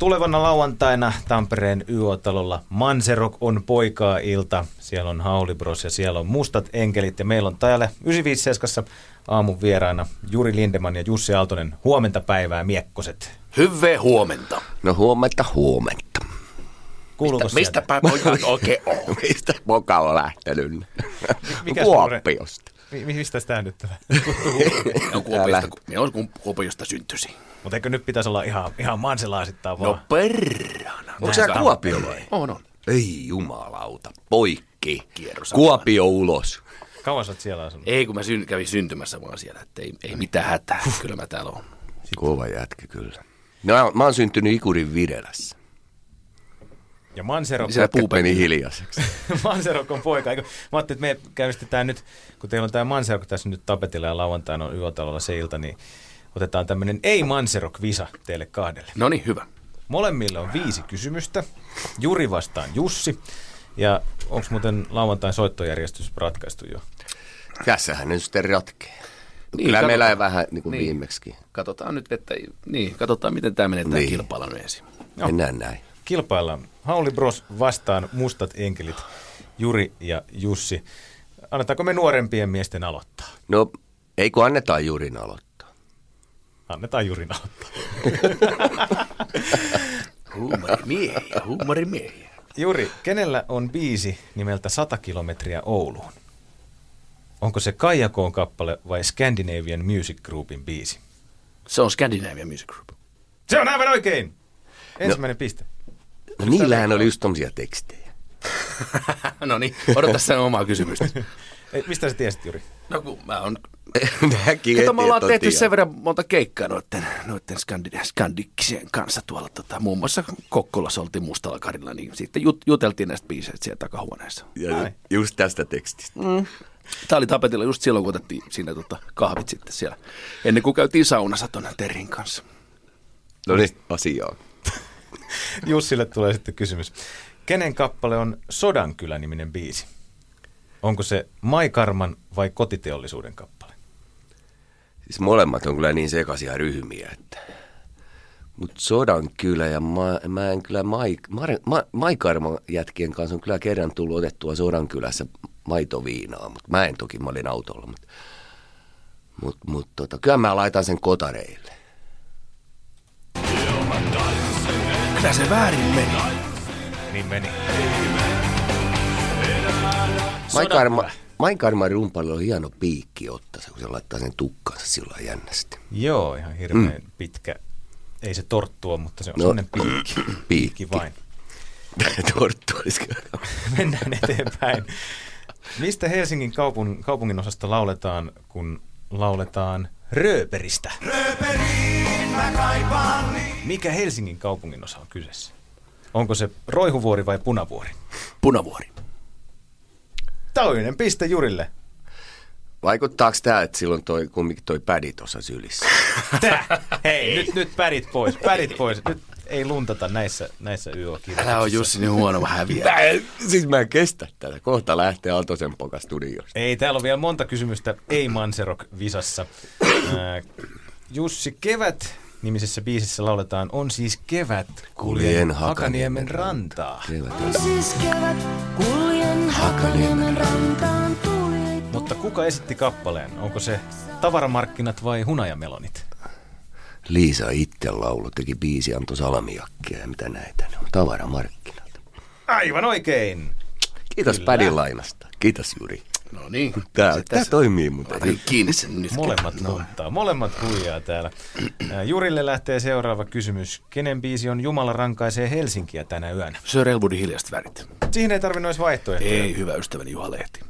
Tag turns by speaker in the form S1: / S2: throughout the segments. S1: Tulevana lauantaina Tampereen YO-talolla Manserok on poikaa ilta. Siellä on Haulibros ja siellä on Mustat enkelit ja meillä on täällä 957 aamun vieraana Juri Lindeman ja Jussi Aaltonen. Huomenta päivää miekkoset.
S2: Hyvää huomenta.
S3: No huomenta, huomenta.
S1: Kuuluuko
S2: Mistä
S1: sieltä?
S2: päin pojat oikein on?
S3: Mistä moka on lähtenyt?
S1: Mikä
S3: Kuopiosta.
S1: Mi- mi- mistä sitä nyt?
S2: No
S3: Älä.
S2: Kuopiosta, kun- ne on kun Kuopiosta syntyisin.
S1: Mutta eikö nyt pitäisi olla ihan, ihan manselaasittaa vaan?
S2: No perrana.
S3: Onko sä kuopiolainen?
S2: On, on.
S3: Ei jumalauta, poikki.
S2: Kierros.
S3: Kuopio ulos.
S1: Kauan sä oot siellä asunut?
S2: Ei, kun mä syn, kävin syntymässä vaan siellä, että ei, ei mitään hätää. Kyllä mä täällä oon.
S3: Kova jätkä kyllä. No mä, mä oon syntynyt Ikurin Virelässä.
S2: No,
S1: Ja Manserok,
S2: Siellä
S3: Jätkät
S2: puupen-
S3: meni hiljaiseksi.
S1: Manserok on poika. Eikö? Mä ajattelin, että me käynnistetään nyt, kun teillä on tämä Manserok tässä nyt tapetilla ja lauantaina on yötalolla se ilta, niin otetaan tämmöinen ei-Manserok-visa teille kahdelle.
S2: No niin, hyvä.
S1: Molemmille on viisi kysymystä. Juri vastaan Jussi. Ja onko muuten lauantain soittojärjestys ratkaistu jo?
S3: Tässähän ne sitten ratkee.
S2: Niin,
S3: Niin, kyllä
S2: katsotaan.
S3: meillä ei vähän niin kuin
S2: Niin.
S3: niin. viimeksi.
S2: Katsotaan nyt, että niin, katsotaan miten tämä menee tämä
S3: Niin.
S2: kilpailu nyt ensin.
S1: Joo.
S3: Mennään näin.
S1: Kilpaillaan. Hauli Bros vastaan mustat enkelit Juri ja Jussi. Annetaanko me nuorempien miesten aloittaa?
S3: No, ei kun annetaan Jurin aloittaa.
S1: Annetaan Jurin aloittaa.
S2: Huumorimiehiä, huumorimiehiä.
S1: Juri, kenellä on biisi nimeltä 100 kilometriä Ouluun? Onko se Kaijakoon kappale vai Scandinavian Music Groupin biisi?
S2: Se on Scandinavian Music Group.
S1: Se on aivan oikein! Ensimmäinen no. piste.
S3: No niillähän oli just tommosia tekstejä.
S2: no niin, odota sen omaa kysymystä.
S1: Ei, Mistä sä tiesit, Juri?
S2: No kun mä oon
S3: Mäkin
S2: Kato, me ollaan
S3: heti,
S2: tehty
S3: että
S2: sen verran monta keikkaa noiden, noiden skandina, skandiksien kanssa tuolla. Tota, muun muassa Kokkolassa oltiin Mustalla Karilla, niin sitten jut, juteltiin näistä biiseistä siellä takahuoneessa.
S3: Ja ju- just tästä tekstistä.
S2: Tämä oli tapetilla just silloin, kun otettiin siinä tota, kahvit sitten siellä, ennen kuin käytiin saunassa tuonne Terin kanssa.
S3: No niin, asiaa.
S1: Jussille tulee sitten kysymys. Kenen kappale on Sodankylä-niminen biisi? Onko se Maikarman vai kotiteollisuuden kappale?
S3: Siis molemmat on kyllä niin sekaisia ryhmiä, että... Mut sodan kyllä ja mä, mä en kyllä Maik, Mar, Ma, Maikarman jätkien kanssa on kyllä kerran tullut otettua sodan kylässä maitoviinaa, mutta mä en toki, mä olin autolla, mutta mut, mut, tota, kyllä mä laitan sen kotareille.
S2: Kyllä se väärin meni.
S1: Niin meni.
S3: Maikarma, Maikarman rumpalilla on hieno piikki ottaa se, kun se laittaa sen tukkaansa sillä lailla jännästi.
S1: Joo, ihan hirveän mm. pitkä. Ei se torttua, mutta se on no.
S3: No.
S1: sellainen piikki. Piikki vain.
S3: Torttu olisi kyllä.
S1: Mennään eteenpäin. Mistä Helsingin kaupun, kaupungin osasta lauletaan, kun lauletaan Rööperistä? Mikä Helsingin kaupungin osa on kyseessä? Onko se Roihuvuori vai Punavuori?
S2: Punavuori.
S1: Toinen piste Jurille.
S3: Vaikuttaako tämä, että silloin toi, kumminkin toi pädi tuossa sylissä?
S1: Tää. Hei, nyt, nyt pärit pois, pärit pois. Nyt ei luntata näissä, näissä
S2: Älä on
S1: YO-kirjoituksissa.
S2: Jussi niin huono häviä.
S3: Mä en, siis mä en kestä tätä. Kohta lähtee Aaltosen poka studiosta.
S1: Ei, täällä on vielä monta kysymystä ei Manserok visassa. Ää, Jussi Kevät nimisessä biisissä lauletaan On siis kevät, kuljen
S3: Kuljen
S1: Hakaniemen
S3: Hakaniemen
S1: rantaa.
S3: Selvä.
S4: On siis kevät, kuljen Hakaniemen rantaan tuli.
S1: Mutta kuka esitti kappaleen? Onko se Tavaramarkkinat vai Hunajamelonit?
S3: Liisa itse laulu, teki biisi, antoi salamiakkia ja mitä näitä ne on. Tavaramarkkinat.
S1: Aivan oikein!
S3: Kiitos Pädin lainasta. Kiitos Juri.
S2: No niin.
S3: Tää,
S2: Se
S3: tää
S2: tässä-
S3: toimii muuten.
S2: Otan kiinni sen nyt. No.
S1: Molemmat luottaa, molemmat huijaa täällä. Ää, Jurille lähtee seuraava kysymys. Kenen biisi on Jumala rankaisee Helsinkiä tänä yönä?
S2: Sir Elwoodin hiljaiset värit.
S1: Siihen ei tarvinnut edes vaihtoehtoja.
S2: Ei, hyvä ystäväni Juha Lehti.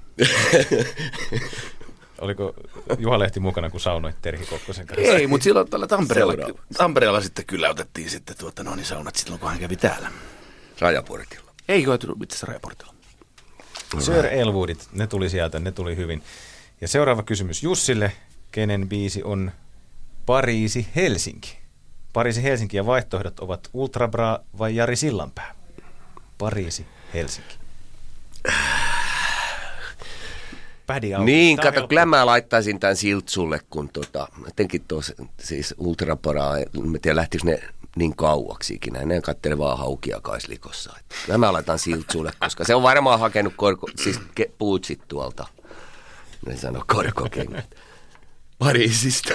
S1: Oliko Juha Lehti mukana, kun saunoit Terhi Kokkosen kanssa?
S2: Ei, mutta silloin täällä Tampereella,
S3: Seuraava.
S2: Tampereella sitten kyllä otettiin sitten tuota, no niin saunat silloin, kun hän kävi täällä.
S3: Rajaportilla.
S2: Ei koitunut itse asiassa rajaportilla.
S1: Sir Elwoodit, ne tuli sieltä, ne tuli hyvin. Ja seuraava kysymys Jussille. Kenen biisi on Pariisi Helsinki? Pariisi Helsinki ja vaihtoehdot ovat Ultra Bra vai Jari Sillanpää? Pariisi Helsinki. Pädi auki.
S3: Niin,
S1: Tää on
S3: kato,
S1: helppo.
S3: kyllä mä laittaisin tämän siltsulle, kun tota, jotenkin tuossa siis ultraparaa, en mä tiedä lähtikö ne niin kauaksi ikinä. Ne katselee vaan haukia kaislikossa. Et kyllä mä laitan siltsulle, koska se on varmaan hakenut korko, siis ke, puutsit tuolta. Ne sanoo korkokengät. Pariisista.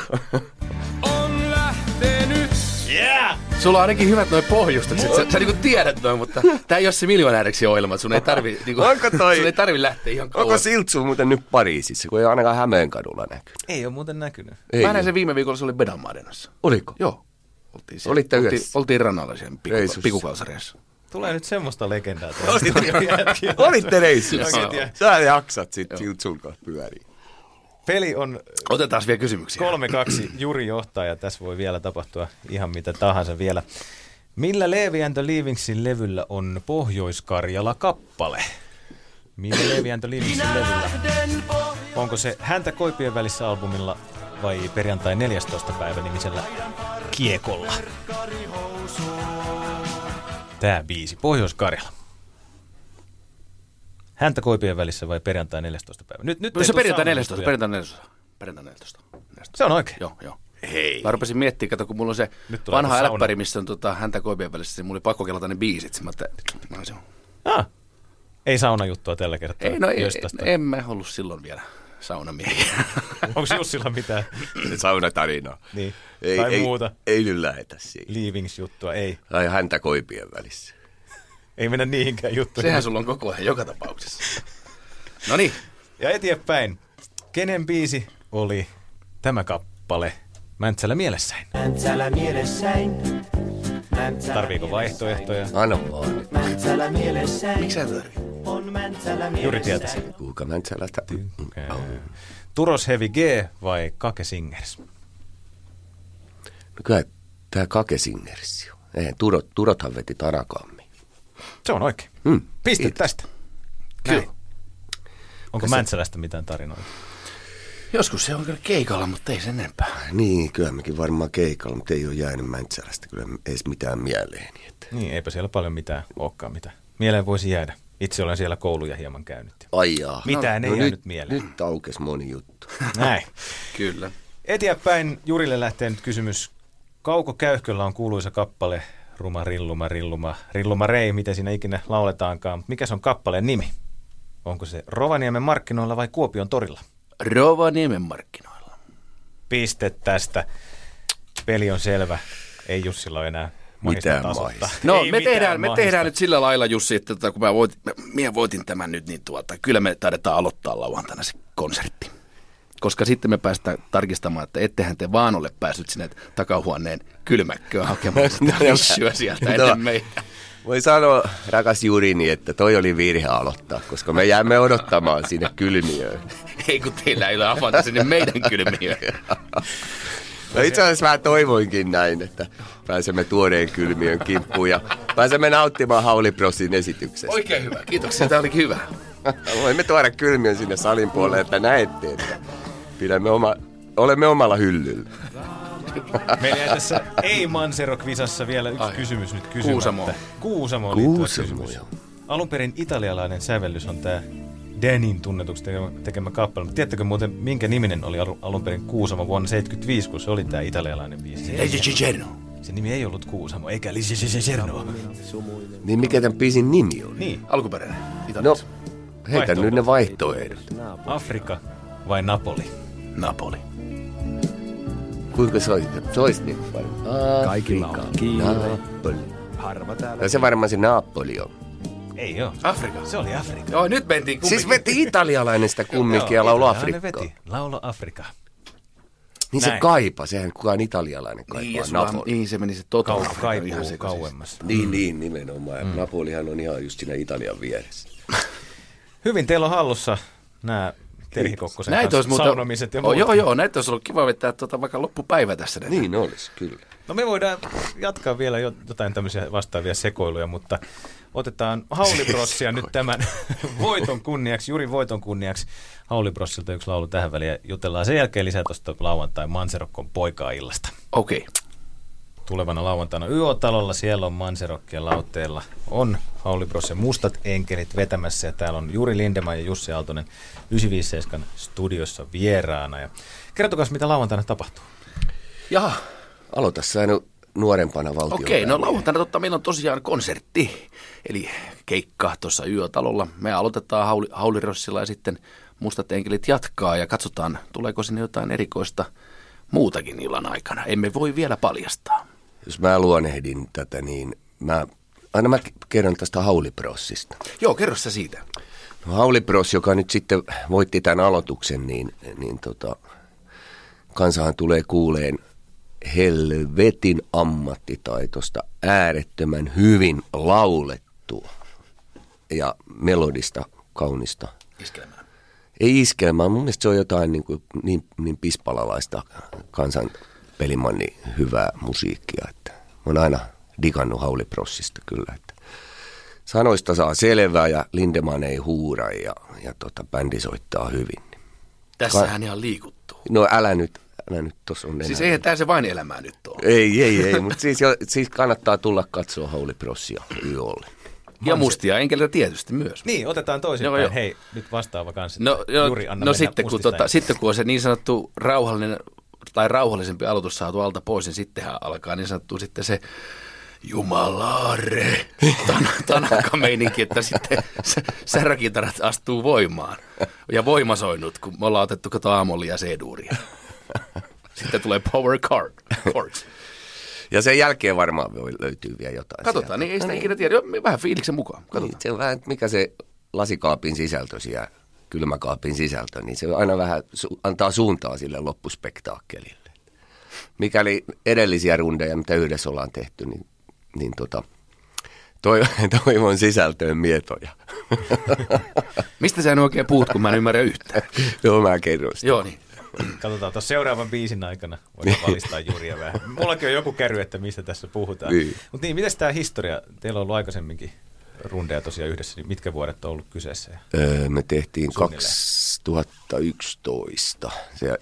S2: Sulla on ainakin hyvät noin pohjustukset. Sä, sä niinku tiedät noin, mutta niinku- tää ei ole se miljonääriksi ohjelma. Sun ei tarvi, niinku,
S3: Onko toi-
S2: sun ei tarvi lähteä ihan
S3: Onko
S2: kauas.
S3: siltsu muuten nyt Pariisissa, kun ei ainakaan Hämeenkadulla näkynyt?
S1: Ei ole muuten näkynyt.
S3: Ei.
S2: Mä näin sen viime viikolla, se oli Bedanmaadenassa.
S3: Oliko?
S2: Joo. Oltiin siellä.
S3: Olitte
S2: oltiin,
S3: yhdessä?
S2: oltiin rannalla sen piku,
S3: Reisus.
S2: pikukausareessa.
S1: Tulee nyt semmoista legendaa. tuolla.
S3: Olitte, olitte reissussa.
S1: Oikein tiedä.
S3: Sä jaksat sit siltsun kanssa pyöriä.
S1: Peli on
S2: Otetaan vielä kysymyksiä.
S1: 3-2. Juri johtaa ja tässä voi vielä tapahtua ihan mitä tahansa vielä. Millä Leevi and the Leavingsin levyllä on Pohjois-Karjala-kappale? Millä Leevi and the Leavingsin levyllä? Onko se Häntä koipien välissä albumilla vai perjantai 14. päivä nimisellä Kiekolla? Tää biisi, Pohjois-Karjala. Häntä koipien välissä vai perjantai 14. päivä? Nyt, nyt
S2: No
S1: ei
S2: se
S1: tuu
S2: perjantai
S1: saunaa
S2: 14.
S1: juttuja.
S2: Perjantai 14. Perjantai 14.
S1: Se on oikein.
S2: Joo, joo. Hei. Mä rupesin miettimään, kato, kun mulla on se
S1: Nyt tulee
S2: vanha
S1: sauna.
S2: äläppäri, missä on tota, häntä koipien välissä, niin mulla oli pakko kelata ne biisit. Mä ajattelin, että no, se on.
S1: Ah. Ei saunajuttua tällä kertaa.
S2: Ei, no ei,
S1: Jostasta.
S2: en mä ollut silloin vielä saunamiehiä.
S1: Onko Jussilla mitään
S3: Saunatarinaa.
S1: Niin. Tai muuta.
S3: Ei, ei nyt lähetä siihen.
S1: leavings-juttua? Ei.
S3: Tai häntä koipien välissä.
S1: Ei mennä niihinkään juttuihin.
S2: Sehän sulla on koko ajan joka tapauksessa. No niin,
S1: Ja eteenpäin. Kenen biisi oli tämä kappale Mäntsällä mielessäin?
S5: Mäntsälä mielessäin. Mäntsälä
S1: Tarviiko vaihtoehtoja?
S3: Anna vaan nyt.
S5: Mäntsälä mielessäin.
S2: miksi sä tarvitset?
S5: On Mäntsälä mielessäin.
S1: Juri tietäisi.
S3: Kuka mä en sälästä.
S1: Turos Heavy G vai Kake Singers?
S3: No kyllä tää Kake Singers jo. Eihän Turot, Turothan veti Tarakammi.
S1: Se on oikein.
S3: Hmm.
S1: Piste
S3: Kiitos.
S1: tästä. Näin. Onko Mäntsälästä mitään tarinoita?
S2: Joskus se on kyllä keikalla, mutta ei sen enempää.
S3: Niin, kyllä mäkin varmaan keikalla, mutta ei ole jäänyt Mäntsälästä kyllä edes mitään mieleen. Että.
S1: Niin, eipä siellä paljon mitään olekaan mitä. Mieleen voisi jäädä. Itse olen siellä kouluja hieman käynyt.
S3: Ai jaa. No,
S1: Mitään ei jäänyt
S3: nyt,
S1: mieleen.
S3: Nyt aukes moni juttu.
S1: Näin.
S2: Kyllä.
S1: Eteenpäin Jurille lähtee nyt kysymys. Kauko Käyhköllä on kuuluisa kappale Ruma rilluma rilluma rilluma rei, miten siinä ikinä lauletaankaan. Mut Mikä se on kappaleen nimi? Onko se Rovaniemen markkinoilla vai Kuopion torilla?
S2: Rovaniemen markkinoilla.
S1: Piste tästä. Peli on selvä. Ei Jussilla ole enää mahista
S3: Mitään
S1: tasottaa.
S3: mahista.
S2: No
S1: Ei
S2: me
S1: mitään
S2: tehdään, me
S1: mahista.
S2: tehdään nyt sillä lailla Jussi, että tota, kun mä voitin, mä, minä voitin tämän nyt, niin tuota, kyllä me taidetaan aloittaa lauantaina se konsertti. Koska sitten me päästään tarkistamaan, että ettehän te vaan ole päässyt sinne takahuoneen kylmäkköön hakemaan sitä vissyä sieltä ennen meitä.
S3: Voi sanoa, rakas Jurini, että toi oli virhe aloittaa, koska me jäämme odottamaan sinne kylmiöön.
S2: Ei kun teillä ei ole avata sinne meidän kylmiöön.
S3: No itse asiassa mä toivoinkin näin, että pääsemme tuoreen kylmiön kimppuun ja pääsemme nauttimaan Hauliprosin esityksestä.
S2: Oikein hyvä, kiitoksia, tämä olikin hyvä.
S3: Voimme tuoda kylmiön sinne salin puolelle, että näette, että pidämme oma, olemme omalla hyllyllä.
S1: Meillä jäi tässä ei manserok visassa vielä yksi Ai. kysymys nyt kysymättä.
S2: Kuusamo.
S1: Kuusamo liittyvä
S3: Kuusamo,
S1: kysymys.
S3: joo.
S1: Alun perin italialainen sävellys on tämä Danin tunnetuksi tekemä, tekemä kappale. Mutta tiedättekö muuten, minkä niminen oli alu- alun perin Kuusamo vuonna 75, kun se oli tämä italialainen biisi? Se,
S2: Lady Gigeno.
S1: se nimi ei ollut Kuusamo, eikä Lisiserno.
S3: Niin mikä tämän biisin nimi oli?
S1: Niin,
S2: Alkuperäinen.
S3: No,
S2: Italiaksi.
S3: heitä nyt ne vaihtoehdot.
S1: Afrika vai Napoli?
S2: Napoli.
S3: Kuinka se olisi? Se olisi niin varmaan.
S6: Kaikilla on
S3: Afrika,
S6: kiire.
S3: Napoli.
S6: Harva täällä.
S3: No se varmaan se Napoli on.
S1: Ei joo.
S2: Afrika.
S1: Se oli Afrika.
S2: Joo, nyt mentiin
S3: Siis veti italialainen sitä kumminkin ja laulu Afrikkaa.
S1: Laulu Afrika.
S3: Niin se
S1: Näin.
S3: kaipa, sehän kukaan italialainen
S2: Niin,
S3: kaipaa
S2: ja sulla-
S3: Napoli.
S2: niin, se meni se totta.
S1: Kauppa
S2: Afrikka oli
S1: kaipuu
S2: sekaisin.
S1: kauemmas.
S3: Niin, niin, nimenomaan. Mm. Napolihan on ihan just siinä Italian vieressä.
S1: Hyvin teillä on hallussa nämä Terhi Kokkosen
S2: Näitä
S1: kanssa
S2: olisi muuta...
S1: saunomiset ja
S2: oh,
S1: muut.
S2: joo, joo, näitä olisi ollut kiva vetää tota, vaikka loppupäivä tässä. Näitä.
S3: Niin olisi, kyllä.
S1: No me voidaan jatkaa vielä jo- jotain tämmöisiä vastaavia sekoiluja, mutta otetaan Haulibrossia nyt tämän voiton kunniaksi, Juri voiton kunniaksi. Haulibrossilta yksi laulu tähän väliin ja jutellaan sen jälkeen lisää tuosta lauantai Manserokkon poikaa illasta.
S2: Okei.
S1: Tulevana lauantaina YO-talolla, siellä on Manserokkien lauteella, on Haulibrossen mustat enkelit vetämässä ja täällä on Juri Lindeman ja Jussi Aaltonen 957 studiossa vieraana. Ja kertokaa, mitä lauantaina tapahtuu.
S2: Jaha,
S3: Aloita sä nyt nuorempana valtioon.
S2: Okei, no lauantaina totta, meillä on tosiaan konsertti, eli keikka tuossa yötalolla. Me aloitetaan Hauli, Haulirossilla ja sitten Mustat enkelit jatkaa ja katsotaan, tuleeko sinne jotain erikoista muutakin illan aikana. Emme voi vielä paljastaa.
S3: Jos mä luonehdin tätä, niin mä, aina mä kerron tästä hauliprossista.
S2: Joo, kerro sä siitä.
S3: No, Haulipros, joka nyt sitten voitti tämän aloituksen, niin, niin tota, kansahan tulee kuuleen helvetin ammattitaitosta äärettömän hyvin laulettua ja melodista kaunista.
S2: Iskelemään.
S3: Ei iskelmää, mun mielestä se on jotain niin, kuin, niin, niin pispalalaista kansan pelimanni hyvää musiikkia. Että mä oon aina digannut hauliprossista kyllä, että sanoista saa selvää ja Lindeman ei huura ja, ja tota, bändi soittaa hyvin.
S2: Tässähän ihan liikuttuu.
S3: No älä nyt, älä nyt, tos on enää.
S2: Siis eihän tää se vain elämää nyt ole.
S3: Ei, ei, ei, mutta siis, jo- siis kannattaa tulla katsoa Hauliprossia yölle.
S2: Ja mustia enkeleitä tietysti myös.
S1: Niin, otetaan toisinpäin.
S2: Joo,
S1: Joo,
S2: joo.
S1: Hei, nyt vastaava kanssa.
S2: No, joo,
S1: Juri, anna
S2: no
S1: mennä
S2: sitten, kun
S1: mustistain.
S2: tota, sitten kun on se niin sanottu rauhallinen tai rauhallisempi aloitus saatu alta pois, niin sittenhän alkaa niin sanottu sitten se jumalaare tan- tanakkameininki, että sitten se- särökitarat astuu voimaan. Ja voimasoinut, kun me ollaan otettu kato aamulla ja C-duuria. Sitten tulee power chord. chords.
S3: Ja sen jälkeen varmaan voi löytyy vielä jotain.
S2: Katsotaan, niin ei sitä ikinä tiedä. Joo, Vähän fiiliksen mukaan.
S3: sieltä. Niin,
S2: Katsotaan.
S3: se on vähän, että mikä se lasikaapin sisältö siellä, kylmäkaapin sisältö, niin se aina vähän su- antaa suuntaa sille loppuspektaakkelille. Mikäli edellisiä rundeja, mitä yhdessä ollaan tehty, niin, niin tota, toiv- toivon sisältöön mietoja.
S2: Mistä sä en oikein puhut, kun mä en ymmärrä yhtään?
S3: Joo, mä kerron sitä.
S2: Joo, niin.
S1: Katsotaan, tuossa seuraavan biisin aikana voidaan valistaa Juria vähän. Mullakin on joku käry, että mistä tässä puhutaan.
S3: Niin.
S1: Mutta niin, mitäs tämä historia? Teillä on ollut aikaisemminkin rundeja tosiaan yhdessä, niin mitkä vuodet on ollut kyseessä? Ja
S3: Öö, me tehtiin
S1: Suunnilleen.
S3: 2011. Se,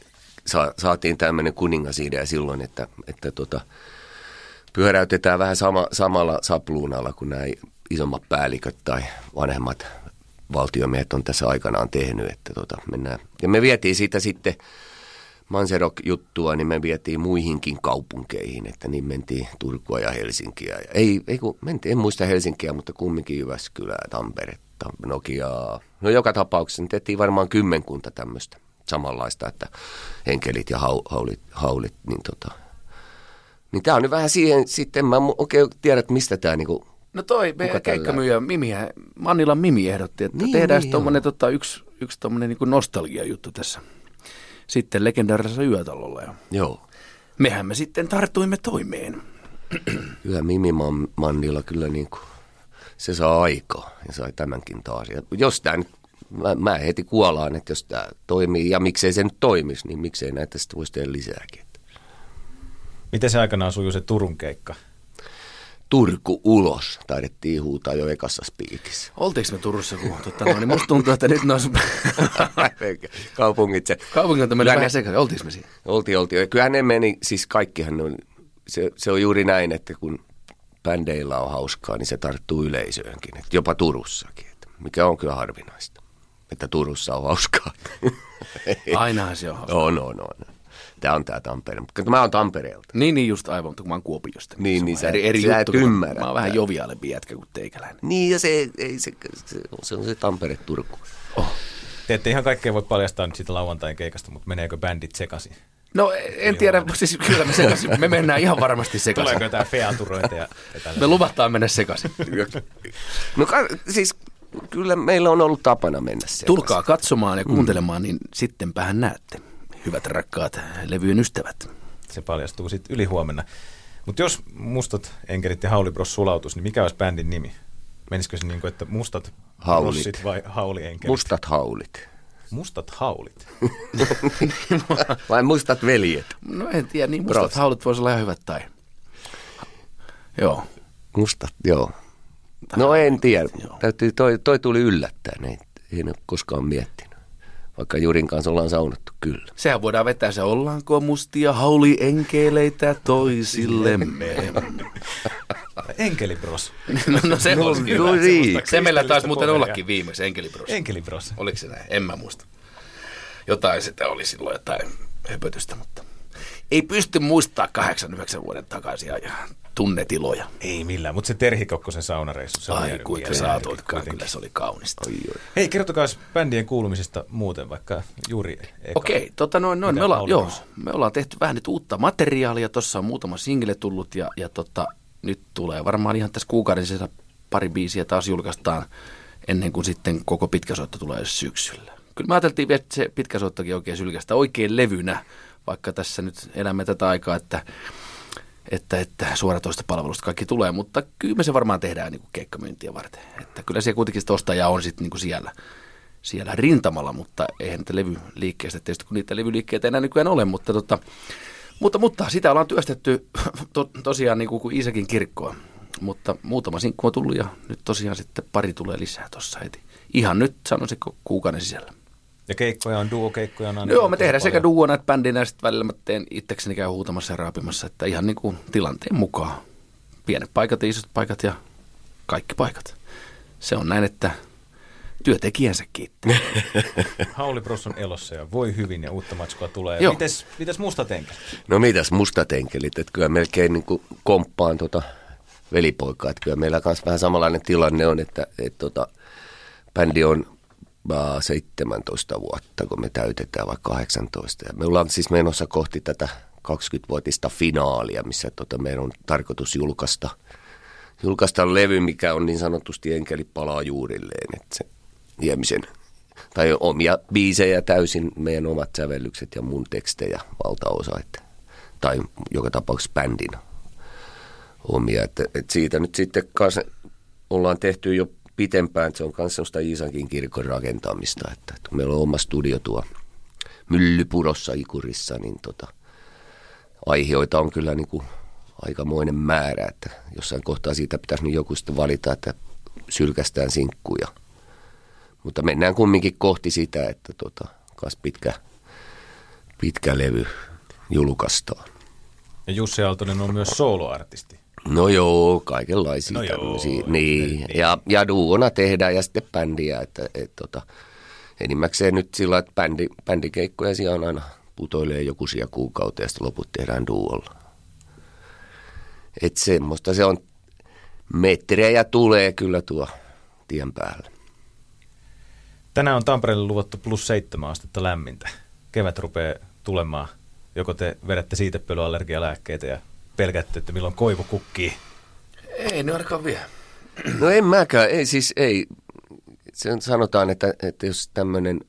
S3: sa, saatiin tämmöinen kuningasidea silloin, että, että tota, pyöräytetään vähän sama, samalla sapluunalla kuin nämä isommat päälliköt tai vanhemmat valtiomiehet on tässä aikanaan tehnyt. Että tota, mennään. Ja me vietiin siitä sitten Manserok-juttua, niin me vietiin muihinkin kaupunkeihin, että niin mentiin Turkua ja Helsinkiä. Ja ei, ei kun, mentiin, en muista Helsinkiä, mutta kumminkin Jyväskylää, Tamperetta, Nokiaa. No joka tapauksessa niin tehtiin varmaan kymmenkunta tämmöistä samanlaista, että henkelit ja hau, haulit, haulit, niin tota. Niin tää on nyt vähän siihen, sitten mä mu- oikein tiedä, että mistä tää niinku,
S2: No toi meidän
S3: Kuka tällä-
S2: keikkamyyjä Mimiä, Mannilan Mimi ehdotti, että niin,
S3: Niin,
S2: tehdään
S3: niin,
S2: niin, tommonen, tota, yksi, yksi tommonen niin nostalgia-juttu tässä. Sitten legendaarisessa yötalolla. Ja
S3: joo.
S2: mehän me sitten tartuimme toimeen.
S3: Kyllä Mimi Man- Mannilla kyllä niin kuin, se saa aikaa ja sai tämänkin taas. Ja jos tämä nyt, mä, mä heti kuolaan, että jos tämä toimii ja miksei se nyt toimisi, niin miksei näitä sitten voisi tehdä lisääkin.
S1: Miten se aikanaan sujuu se Turun keikka?
S3: Turku ulos, taidettiin huutaa jo ekassa spiikissä.
S2: Oltiinko me Turussa, kun totta, no, niin musta tuntuu, että nyt nousi
S3: Kaupungit se.
S2: kaupungilta meni
S3: Kyllä
S2: vähän
S3: ne-
S2: sekaisin. Oltiinko me siinä?
S3: Oltiin, oltiin. Ja Kyllähän ne meni, siis kaikkihan ne on, se, se on juuri näin, että kun bändeillä on hauskaa, niin se tarttuu yleisöönkin. Et jopa Turussakin, et mikä on kyllä harvinaista, että Turussa on hauskaa.
S2: Ainahan Eh. se on. hauska.
S3: on, on, on. Tämä on tämä Tampere, mutta mä oon Tampereelta.
S2: Niin, niin just aivan, mutta kun mä oon Kuopiosta.
S3: Niin,
S2: se on
S3: niin
S2: vähän
S3: sä-
S2: eri, eri
S3: sä et
S2: juttu, kun mä-
S3: ymmärrä
S2: Mä oon vähän
S3: tää.
S2: jovialempi jätkä kuin teikäläinen.
S3: Niin ja se, ei, se, se, se on se Tampere-Turku.
S1: Te ette ihan kaikkea voi paljastaa nyt siitä lauantain keikasta, mutta meneekö bändit sekaisin?
S2: No en tiedä, siis kyllä me sekaisin. Me mennään ihan varmasti sekaisin.
S1: Tuleeko jotain featurointia? ja tällaista?
S2: Me luvataan mennä sekaisin.
S3: No ka, siis kyllä meillä on ollut tapana mennä siellä.
S2: Tulkaa katsomaan ja kuuntelemaan, niin sittenpähän näette, hyvät rakkaat levyyn ystävät.
S1: Se paljastuu sitten ylihuomenna. Mutta jos mustat enkelit ja haulibros sulautus, niin mikä olisi bändin nimi? Menisikö se niin kuin, että mustat
S3: Haulit.
S1: brossit vai haulienkelit?
S3: Mustat haulit.
S1: mustat haulit.
S3: Vai mustat veljet.
S2: No en tiedä, niin mustat
S3: Prost.
S2: haulut voisi olla ihan hyvät tai... Joo.
S3: Mustat, joo. No en tiedä.
S2: joo.
S3: Täytyy, toi, toi tuli yllättäen. Ei, en ole koskaan miettinyt. Vaikka Jurin kanssa ollaan saunattu kyllä.
S2: Sehän voidaan vetää se ollaanko mustia haulienkeeleitä toisillemme.
S1: Enkelibros.
S2: No, no se no, olisi
S3: no
S2: hyvä.
S3: niin.
S2: Semmoista Se meillä taisi
S1: kristillistä
S2: muuten
S1: poveria.
S2: ollakin viimeksi enkelibros.
S1: Enkelibros.
S2: Oliko se näin? En mä muista. Jotain sitä oli silloin, jotain höpötystä, mutta... ei pysty muistaa 8-9 vuoden takaisia ja tunnetiloja.
S1: Ei millään, mutta se Terhi Kokkosen saunareissu. Se oli
S2: Ai
S1: jäänyt
S2: kuinka
S1: mieleen
S2: saatoitkaan,
S1: kuitenkin.
S2: kyllä se oli kaunista.
S1: Hei, kertokaa bändien kuulumisista muuten, vaikka juuri eka.
S2: Okei, tota noin, noin.
S1: Mitä
S2: Me, ollaan, joo,
S1: Paulius?
S2: me ollaan tehty vähän nyt uutta materiaalia. Tuossa on muutama single tullut ja, ja tota, nyt tulee varmaan ihan tässä kuukauden sisällä pari biisiä taas julkaistaan ennen kuin sitten koko pitkä soitto tulee syksyllä. Kyllä me ajateltiin vielä, että se pitkä soittokin oikein sylkästä oikein levynä, vaikka tässä nyt elämme tätä aikaa, että, että, että suoratoista palvelusta kaikki tulee, mutta kyllä me se varmaan tehdään niin kuin keikkamyyntiä varten. Että kyllä se kuitenkin sitä ostajaa on sitten niin kuin siellä siellä rintamalla, mutta eihän niitä levyliikkeistä tietysti, kun niitä levyliikkeitä enää nykyään ole, mutta, tota, mutta, mutta sitä ollaan työstetty to, tosiaan niin kuin Iisakin kirkkoa, mutta muutama sinkku on tullut ja nyt tosiaan sitten pari tulee lisää tuossa heti. Ihan nyt sanoisin ku- kuukauden sisällä.
S1: Ja keikkoja on, duokeikkoja on aina.
S2: Joo, me tehdään
S1: No niin, paljon.
S2: sekä duona että bändinä ja sitten välillä mä teen itsekseni käyn huutamassa ja raapimassa, että ihan niin kuin tilanteen mukaan. Pienet paikat ja isot paikat ja kaikki paikat. Se on näin, että työtekijänsä kiittää.
S1: Hauli Bruss on elossa ja voi hyvin ja uutta matskua tulee.
S2: Joo.
S1: Mites, mites musta tenkä?
S3: No mitäs mustatenkelit, että kyllä melkein niin kuin komppaan tota velipoikaa, että kyllä meillä kanssa vähän samanlainen tilanne on, että et tota, bändi on ää, 17 vuotta, kun me täytetään vaikka 18. Ja me ollaan siis menossa kohti tätä 20-vuotista finaalia, missä tota, meidän on tarkoitus julkaista, julkaista levy, mikä on niin sanotusti enkeli palaa juurilleen, että se Niemisen tai omia biisejä täysin, meidän omat sävellykset ja mun tekstejä valtaosa, että, tai joka tapauksessa bändin omia. Että, että siitä nyt sitten kanssa ollaan tehty jo pitempään, että se on myös sellaista Iisankin kirkon rakentamista, että, että kun meillä on oma studio tuo Myllypurossa Ikurissa, niin tota, aiheita on kyllä niin kuin aikamoinen määrä, että jossain kohtaa siitä pitäisi nyt joku sitten valita, että sylkästään sinkkuja. Mutta mennään kumminkin kohti sitä, että tota, kas pitkä, pitkä levy julkaistaan.
S1: Ja Jussi Aaltonen on myös sooloartisti.
S3: No joo, kaikenlaisia
S1: No
S3: no
S1: joo,
S3: tämmöisiä.
S1: ei-
S3: Joo, niin.
S1: ei-
S3: Ja, ja duona tehdään ja sitten bändiä. Että, et, tota, enimmäkseen nyt sillä lailla, että bändi, bändikeikkoja siellä on aina putoilee joku siellä kuukautta ja sitten loput tehdään duolla. Et semmoista se on. Metrejä tulee kyllä tuo tien päällä.
S1: Tänään on Tampereelle luvattu plus seitsemän astetta lämmintä. Kevät rupeaa tulemaan. Joko te vedätte siitepölyallergialääkkeitä ja pelkäätte, että milloin koivu kukkii.
S2: Ei ne ainakaan vielä.
S3: No en mäkään, ei siis ei. Se on- sanotaan, että, että jos tämmöinen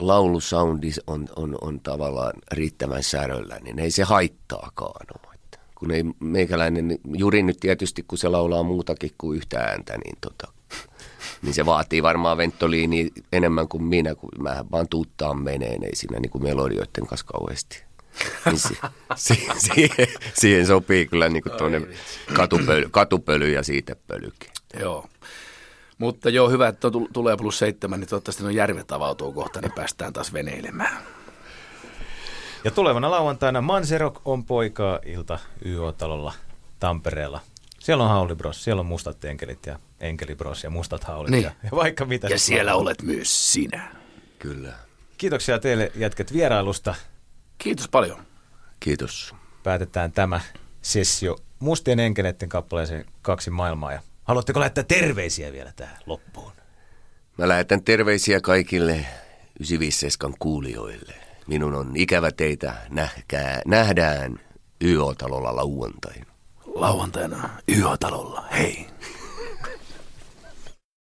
S3: laulusoundi on, on, on tavallaan riittävän säröllä, niin ei se haittaakaan ole. Että Kun ei meikäläinen, juuri nyt tietysti kun se laulaa muutakin kuin yhtä ääntä, niin, tota, niin se vaatii varmaan venttoliini enemmän kuin minä, kun mä vaan tuuttaan meneen, ei siinä niin kuin melodioiden kanssa kauheasti. Niin si- si- siihen, siihen sopii kyllä niin kuin tuonne katupöly, katupöly ja siitepölykin.
S2: Joo. Mutta joo, hyvä, että tu- tulee plus seitsemän, niin toivottavasti nuo järvet avautuu kohta, niin päästään taas veneilemään.
S1: Ja tulevana lauantaina Manserok on poikaa ilta YO-talolla Tampereella. Siellä on Hauli Bros, siellä on mustat enkelit ja enkeli Bros ja mustat haulit
S2: Niin.
S1: ja, ja, vaikka mitä.
S2: Ja siellä olet myös sinä.
S3: Kyllä.
S1: Kiitoksia teille jätket vierailusta.
S2: Kiitos paljon.
S3: Kiitos.
S1: päätetään tämä sessio Mustien enkeleiden kappaleeseen kaksi maailmaa. Ja haluatteko lähettää terveisiä vielä tähän loppuun?
S3: Mä lähetän terveisiä kaikille 957 kuulijoille. Minun on ikävä teitä nähkää, nähdään YO-talolla lauantaina.
S2: Lauantaina YH-talolla. Hei.